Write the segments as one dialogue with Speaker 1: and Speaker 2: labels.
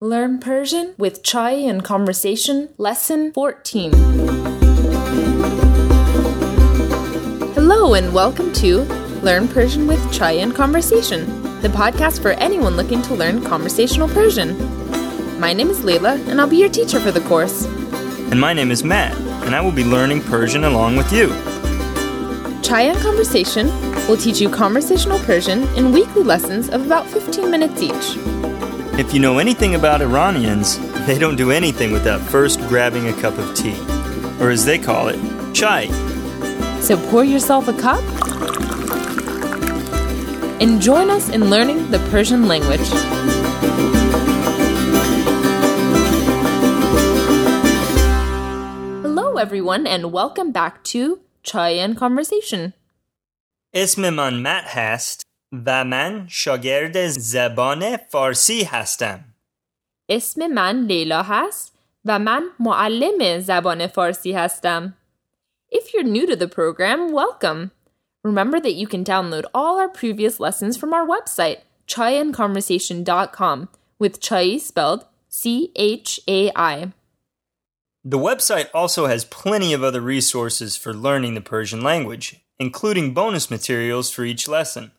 Speaker 1: Learn Persian with Chai and Conversation, Lesson 14. Hello, and welcome to Learn Persian with Chai and Conversation, the podcast for anyone looking to learn conversational Persian. My name is Leila, and I'll be your teacher for the course.
Speaker 2: And my name is Matt, and I will be learning Persian along with you.
Speaker 1: Chai and Conversation will teach you conversational Persian in weekly lessons of about 15 minutes each.
Speaker 2: If you know anything about Iranians, they don't do anything without first grabbing a cup of tea, or as they call it, chai.
Speaker 1: So pour yourself a cup and join us in learning the Persian language. Hello, everyone, and welcome back to Chai and Conversation.
Speaker 2: اسم من مت هست و من شاگرد زبان فارسی هستم.
Speaker 1: اسم من لیلا هست و من معلم زبان فارسی هستم. If you're new to the program, welcome. Remember that you can download all our previous lessons from our website, chaiandconversation.com, with chai spelled C H A I.
Speaker 2: The website also has plenty of other resources for learning the Persian language, including bonus materials for each lesson.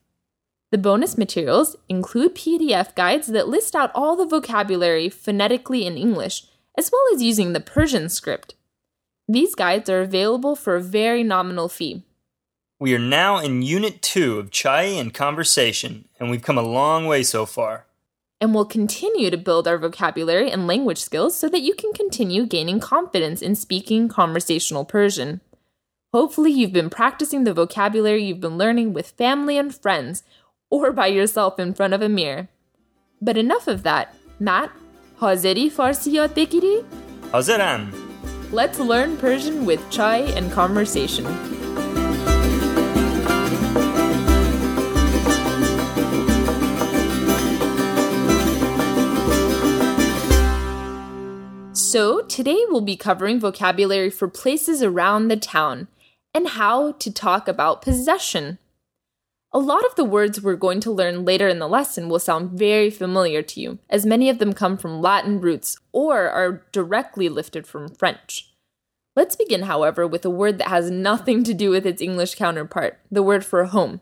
Speaker 1: The bonus materials include PDF guides that list out all the vocabulary phonetically in English, as well as using the Persian script. These guides are available for a very nominal fee.
Speaker 2: We are now in Unit 2 of Chai and Conversation, and we've come a long way so far.
Speaker 1: And we'll continue to build our vocabulary and language skills so that you can continue gaining confidence in speaking conversational Persian. Hopefully, you've been practicing the vocabulary you've been learning with family and friends or by yourself in front of a mirror. But enough of that. Matt, حاضری فارسی یاد بگیری؟
Speaker 2: Hazaram.
Speaker 1: Let's learn Persian with chai and conversation. So, today we'll be covering vocabulary for places around the town and how to talk about possession. A lot of the words we're going to learn later in the lesson will sound very familiar to you, as many of them come from Latin roots or are directly lifted from French. Let's begin, however, with a word that has nothing to do with its English counterpart, the word for home.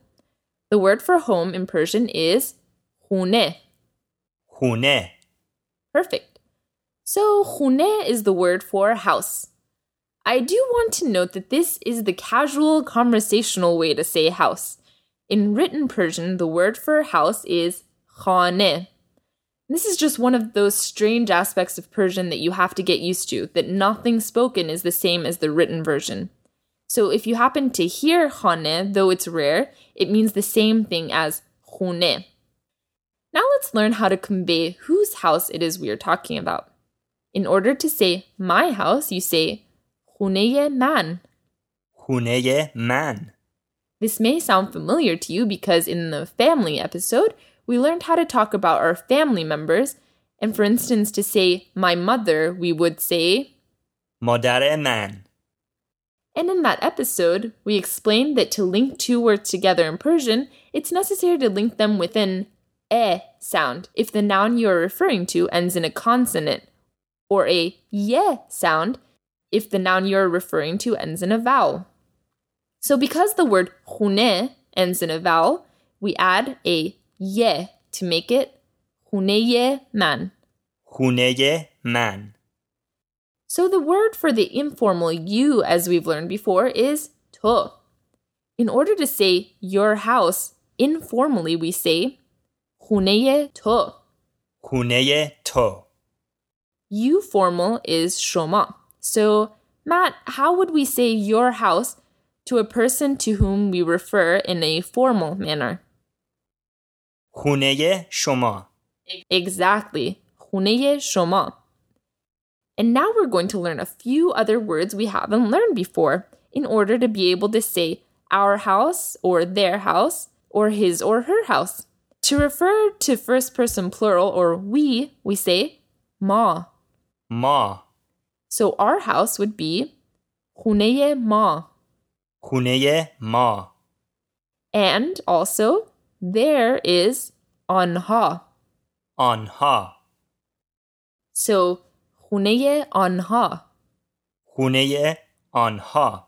Speaker 1: The word for home in Persian is hune.
Speaker 2: Hune.
Speaker 1: Perfect. So, hune is the word for house. I do want to note that this is the casual conversational way to say house. In written Persian, the word for house is khane. This is just one of those strange aspects of Persian that you have to get used to, that nothing spoken is the same as the written version. So if you happen to hear khane, though it's rare, it means the same thing as khune. Now let's learn how to convey whose house it is we are talking about. In order to say my house, you say khuneye man.
Speaker 2: Huneye man.
Speaker 1: This may sound familiar to you because in the family episode, we learned how to talk about our family members. And for instance, to say my mother, we would say,
Speaker 2: Modare man.
Speaker 1: and in that episode, we explained that to link two words together in Persian, it's necessary to link them with an e sound if the noun you are referring to ends in a consonant, or a ye sound if the noun you are referring to ends in a vowel. So because the word hune ends in a vowel, we add a ye to make it huneye man.
Speaker 2: Huneye man.
Speaker 1: So the word for the informal you, as we've learned before, is to. In order to say your house, informally we say huneye to.
Speaker 2: Huneye to.
Speaker 1: You formal is shoma. So, Matt, how would we say your house to a person to whom we refer in a formal manner?
Speaker 2: Huneye shoma.
Speaker 1: Exactly. Huneye shoma. And now we're going to learn a few other words we haven't learned before in order to be able to say our house or their house or his or her house. To refer to first person plural or we, we say ma.
Speaker 2: Ma.
Speaker 1: So our house would be huneye ma.
Speaker 2: Huneye ma.
Speaker 1: And also there is anha.
Speaker 2: Anha.
Speaker 1: So, خونه آنها.
Speaker 2: خونه آنها.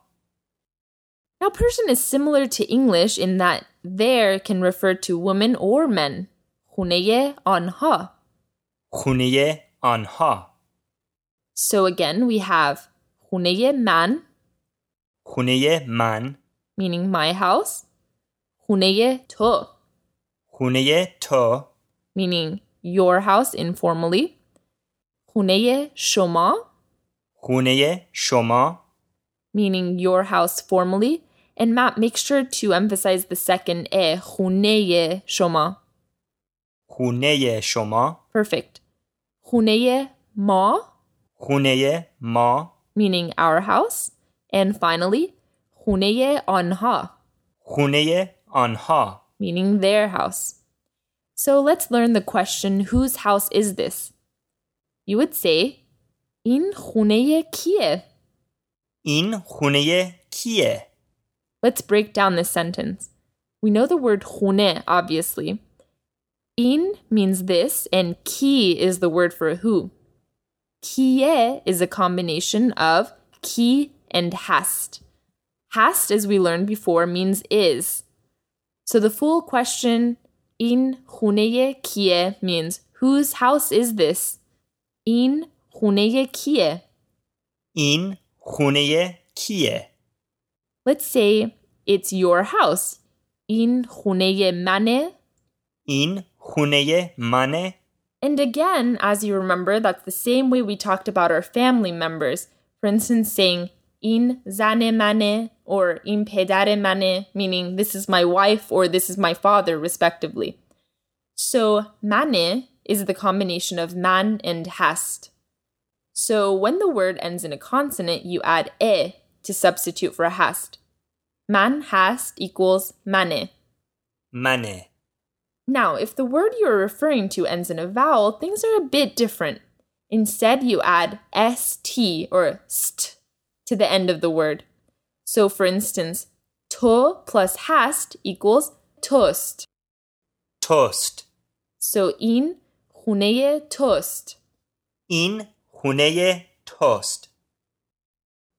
Speaker 1: Now, Persian is similar to English in that there can refer to women or men. خونه آنها.
Speaker 2: خونه آنها.
Speaker 1: So again, we have خونه من,
Speaker 2: خونه من.
Speaker 1: meaning my house. خونه تو,
Speaker 2: خونه تو.
Speaker 1: meaning your house informally. خونه شما,
Speaker 2: خونه شما.
Speaker 1: meaning your house formally. And Matt, make sure to emphasize the second e, خونه شما.
Speaker 2: خونه شما.
Speaker 1: Perfect. خونه ما,
Speaker 2: خونه ما.
Speaker 1: meaning our house. And finally, خونه آنها,
Speaker 2: خونه آنها.
Speaker 1: meaning their house. So let's learn the question whose house is this? You would say, In خونه کیه?
Speaker 2: این خونه کیه؟
Speaker 1: Let's break down this sentence. We know the word خونه, obviously. In means this, and ki is the word for who. Kiye is a combination of ki and hast. Hast, as we learned before, means is. So the full question, in خونه kiye, means whose house is this? In خونه kiye.
Speaker 2: این خونه کیه؟
Speaker 1: Let's say it's your house. این خونه منه.
Speaker 2: این خونه منه.
Speaker 1: And again, as you remember, that's the same way we talked about our family members. For instance, saying in zane mane or in pedare mane, meaning this is my wife or this is my father, respectively. So mane is the combination of man and hast. So when the word ends in a consonant, you add e to substitute for hast. Man hast equals mane.
Speaker 2: منه.
Speaker 1: Now, if the word you're referring to ends in a vowel, things are a bit different. Instead, you add st or st to the end of the word. So, for instance, to plus hast equals toast.
Speaker 2: توست.
Speaker 1: So, in خونه toast.
Speaker 2: این خونه توست.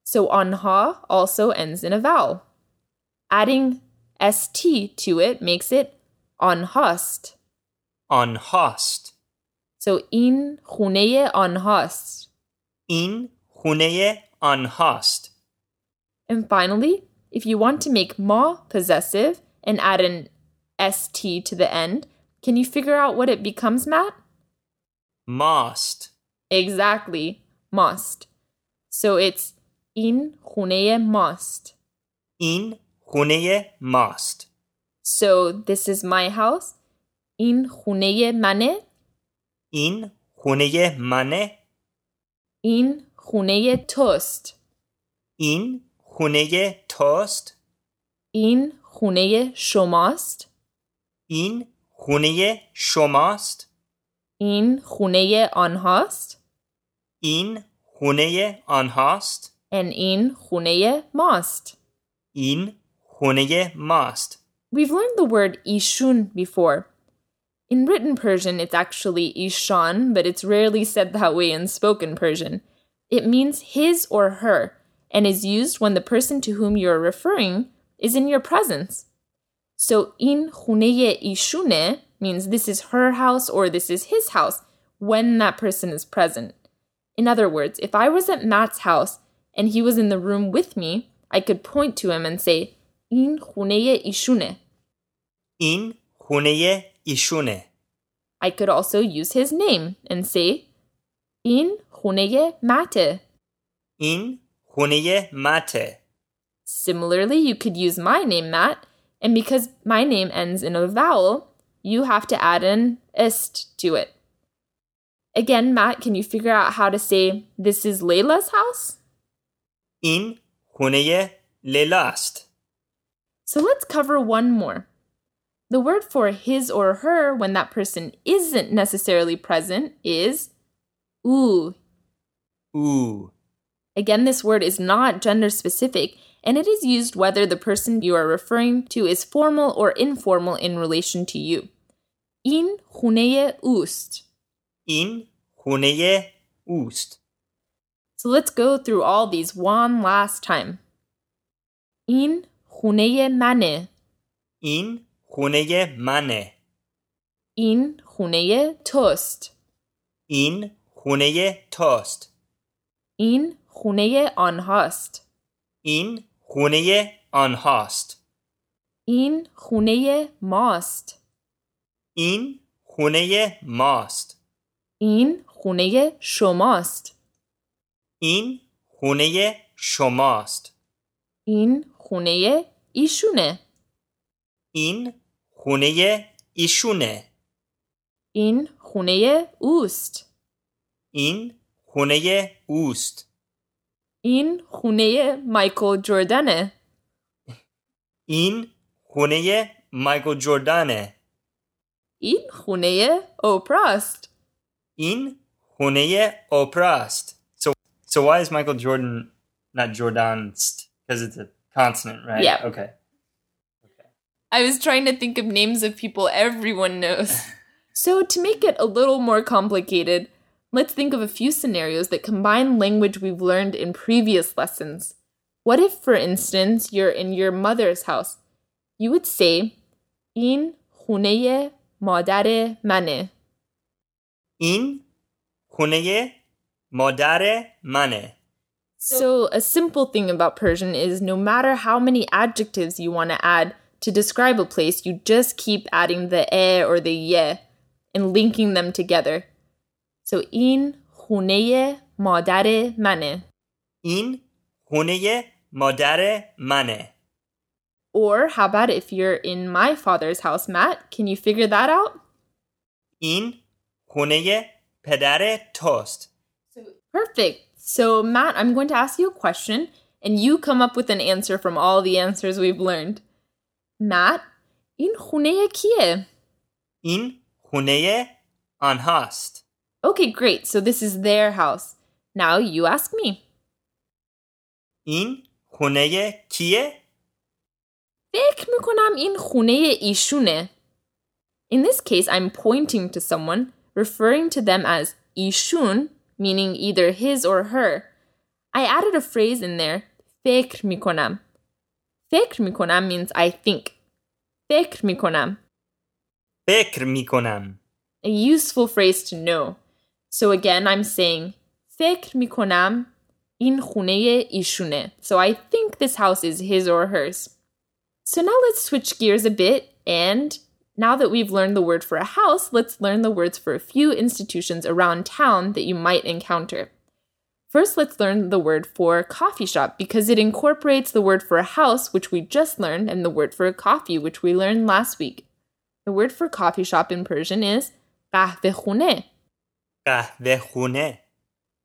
Speaker 1: So, anha also ends in a vowel. Adding st to it makes it anhast.
Speaker 2: آنهاست.
Speaker 1: So, in خونه anhast.
Speaker 2: این خونه آنهاست.
Speaker 1: And finally, if you want to make ma possessive and add an st to the end, can you figure out what it becomes, Matt?
Speaker 2: ماست.
Speaker 1: Exactly, must. So it's in huneye must.
Speaker 2: این خونه ماست.
Speaker 1: So this is my house. In huneye mane.
Speaker 2: این خونه منه.
Speaker 1: In huneye toast.
Speaker 2: این خونه توست.
Speaker 1: In huneye shomast.
Speaker 2: این خونه شماست.
Speaker 1: In huneye anhast.
Speaker 2: این خونه آنهاست.
Speaker 1: And in huneye must.
Speaker 2: این خونه ماست.
Speaker 1: We've learned the word ishun before. In written Persian, it's actually ishan, but it's rarely said that way in spoken Persian. It means his or her and is used when the person to whom you're referring is in your presence. So in huneye ishune means this is her house or this is his house when that person is present. In other words, if I was at Matt's house and he was in the room with me, I could point to him and say, in huneye ishune.
Speaker 2: این خونه ایشونه.
Speaker 1: I could also use his name and say, in huneye mate.
Speaker 2: این خونه مته.
Speaker 1: Similarly, you could use my name, Matt, and because my name ends in a vowel, you have to add an ist to it. Again, Matt, can you figure out how to say, this is Layla's house?
Speaker 2: این خونه لیلاست.
Speaker 1: So let's cover one more. The word for his or her when that person isn't necessarily present is ooh.
Speaker 2: او.
Speaker 1: Again, this word is not gender specific and it is used whether the person you are referring to is formal or informal in relation to you. In huneye ust.
Speaker 2: این خونه ust.
Speaker 1: So let's go through all these one last time. In huneye mane.
Speaker 2: In huneye mane.
Speaker 1: In huneye tost.
Speaker 2: In huneye tost.
Speaker 1: In huneye anhast.
Speaker 2: In huneye anhast.
Speaker 1: In huneye mast.
Speaker 2: In huneye mast.
Speaker 1: این خونه شماست.
Speaker 2: این خونه شماست.
Speaker 1: این خونه ایشونه.
Speaker 2: این خونه ایشونه.
Speaker 1: این خونه اوست.
Speaker 2: این خونه اوست.
Speaker 1: این خونه مایکل جوردنه.
Speaker 2: این خونه مایکل جوردانه.
Speaker 1: این خونه اوپراست.
Speaker 2: In Huneye Oprast. So so why is Michael Jordan not Jordanst? Because it's a consonant, right?
Speaker 1: Yeah.
Speaker 2: Okay.
Speaker 1: I was trying to think of names of people everyone knows. so, to make it a little more complicated, let's think of a few scenarios that combine language we've learned in previous lessons. What if, for instance, you're in your mother's house? You would say, In huneye madare mane.
Speaker 2: In Huneye Modare Mane.
Speaker 1: So, a simple thing about Persian is no matter how many adjectives you want to add to describe a place, you just keep adding the e or the ye and linking them together. So, in huneye madare mane,
Speaker 2: In Huneye Modare Mane.
Speaker 1: Or, how about if you're in my father's house, Matt? Can you figure that out?
Speaker 2: In Huneye Pedare Tost.
Speaker 1: Perfect. So, Matt, I'm going to ask you a question, and you come up with an answer from all the answers we've learned. Matt, in huneye kie?
Speaker 2: In Huneye Anhast.
Speaker 1: Okay, great. So this is their house. Now you ask me.
Speaker 2: In Huneye Kie.
Speaker 1: فکر میکنم این خونه ایشونه. In this case, I'm pointing to someone, referring to them as ishun, meaning either his or her. I added a phrase in there, فکر میکنم. فکر میکنم means I think. فکر میکنم.
Speaker 2: Bekr Mikonam.
Speaker 1: a useful phrase to know. So again, I'm saying فکر میکنم این خونه ایشونه. So I think this house is his or hers. So now let's switch gears a bit and now that we've learned the word for a house, let's learn the words for a few institutions around town that you might encounter. First, let's learn the word for coffee shop because it incorporates the word for a house, which we just learned, and the word for a coffee, which we learned last week. The word for coffee shop in Persian is kahvehune.
Speaker 2: Kahve Hune.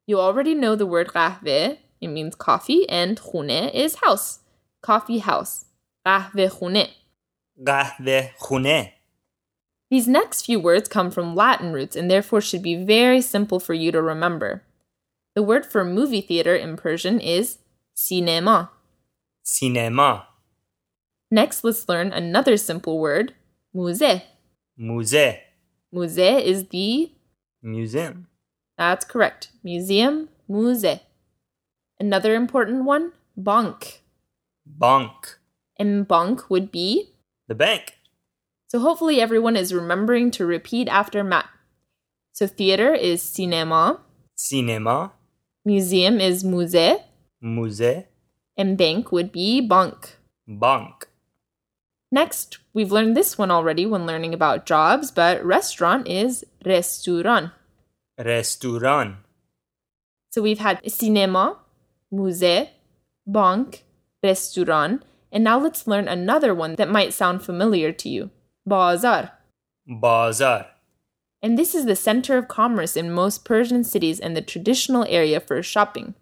Speaker 1: You already know the word kahve. It means coffee, and khune is house. Coffee house. Kahvehune.
Speaker 2: Kahve Hune.
Speaker 1: These next few words come from Latin roots and therefore should be very simple for you to remember. The word for movie theater in Persian is cinema.
Speaker 2: Cinema.
Speaker 1: Next, let's learn another simple word, musée.
Speaker 2: Musée.
Speaker 1: Musée is the
Speaker 2: Museum.
Speaker 1: That's correct. Museum, musée. Another important one, bank.
Speaker 2: Bank.
Speaker 1: And bank would be.
Speaker 2: The bank.
Speaker 1: So hopefully everyone is remembering to repeat after Matt. So theater is cinema,
Speaker 2: Cinema.
Speaker 1: museum is musée,
Speaker 2: Musée.
Speaker 1: and bank would be bank.
Speaker 2: Bank.
Speaker 1: Next, we've learned this one already when learning about jobs, but restaurant is restaurant.
Speaker 2: Restaurant.
Speaker 1: So we've had cinema, musée, banque, restaurant, and now let's learn another one that might sound familiar to you bazaar.
Speaker 2: Bazaar.
Speaker 1: And this is the center of commerce in most Persian cities and the traditional area for shopping.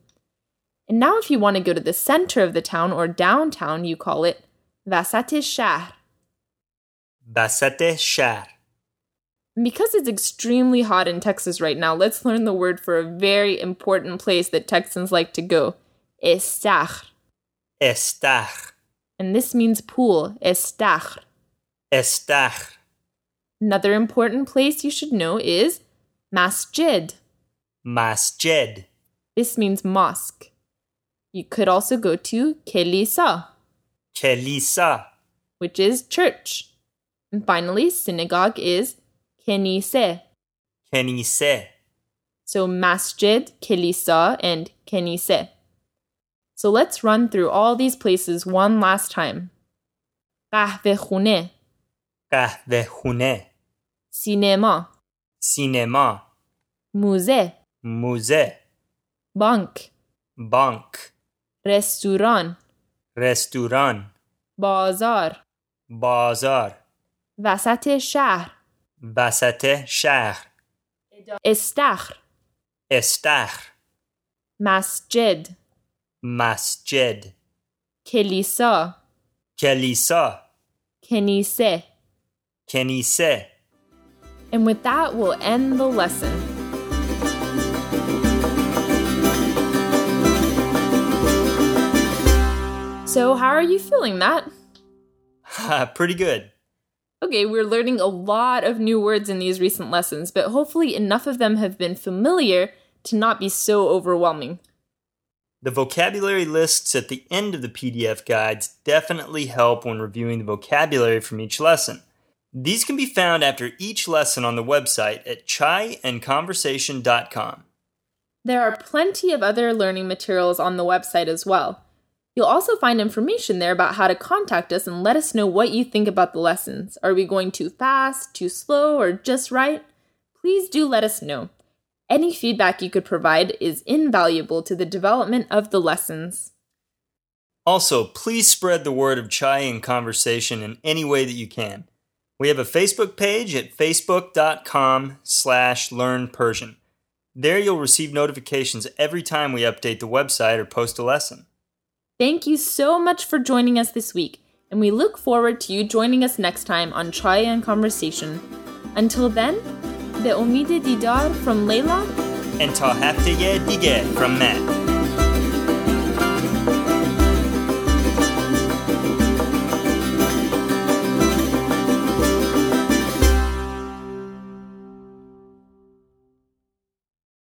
Speaker 1: And now, if you want to go to the center of the town or downtown, you call it vasat shahr.
Speaker 2: Basate Shar.
Speaker 1: And Because it's extremely hot in Texas right now, let's learn the word for a very important place that Texans like to go, estar.
Speaker 2: Estar.
Speaker 1: And this means pool, estar.
Speaker 2: Estar.
Speaker 1: Another important place you should know is masjid.
Speaker 2: Masjid.
Speaker 1: This means mosque. You could also go to Kelisa,
Speaker 2: Kelisa.
Speaker 1: which is church. And finally, synagogue is Kenise.
Speaker 2: Kenise.
Speaker 1: So masjid, Kelisa, and Kenise. So let's run through all these places one last time. Kahvehune,
Speaker 2: Kahvehune.
Speaker 1: cinema,
Speaker 2: Sinema.
Speaker 1: musée,
Speaker 2: Muze.
Speaker 1: bank,
Speaker 2: Bank.
Speaker 1: restaurant,
Speaker 2: Restoran.
Speaker 1: bazar,
Speaker 2: Bazar.
Speaker 1: وسط شهر,
Speaker 2: Basate Shahr.
Speaker 1: استخر,
Speaker 2: Estar.
Speaker 1: مسجد,
Speaker 2: Masjid.
Speaker 1: کلیسا,
Speaker 2: Kelisa.
Speaker 1: کنیسه.
Speaker 2: Kenise.
Speaker 1: And with that, we'll end the lesson. So, how are you feeling, Matt?
Speaker 2: Ha, Pretty good.
Speaker 1: Okay, we're learning a lot of new words in these recent lessons, but hopefully, enough of them have been familiar to not be so overwhelming.
Speaker 2: The vocabulary lists at the end of the PDF guides definitely help when reviewing the vocabulary from each lesson. These can be found after each lesson on the website at chaiandconversation.com.
Speaker 1: There are plenty of other learning materials on the website as well. You'll also find information there about how to contact us and let us know what you think about the lessons. Are we going too fast, too slow, or just right? Please do let us know. Any feedback you could provide is invaluable to the development of the lessons.
Speaker 2: Also, please spread the word of Chai and Conversation in any way that you can. We have a Facebook page at facebook.com slash learnpersian. There you'll receive notifications every time we update the website or post a lesson.
Speaker 1: Thank you so much for joining us this week, and we look forward to you joining us next time on Try and Conversation. Until then, the Omide Didar from Layla
Speaker 2: And ta haftaye dige from Matt.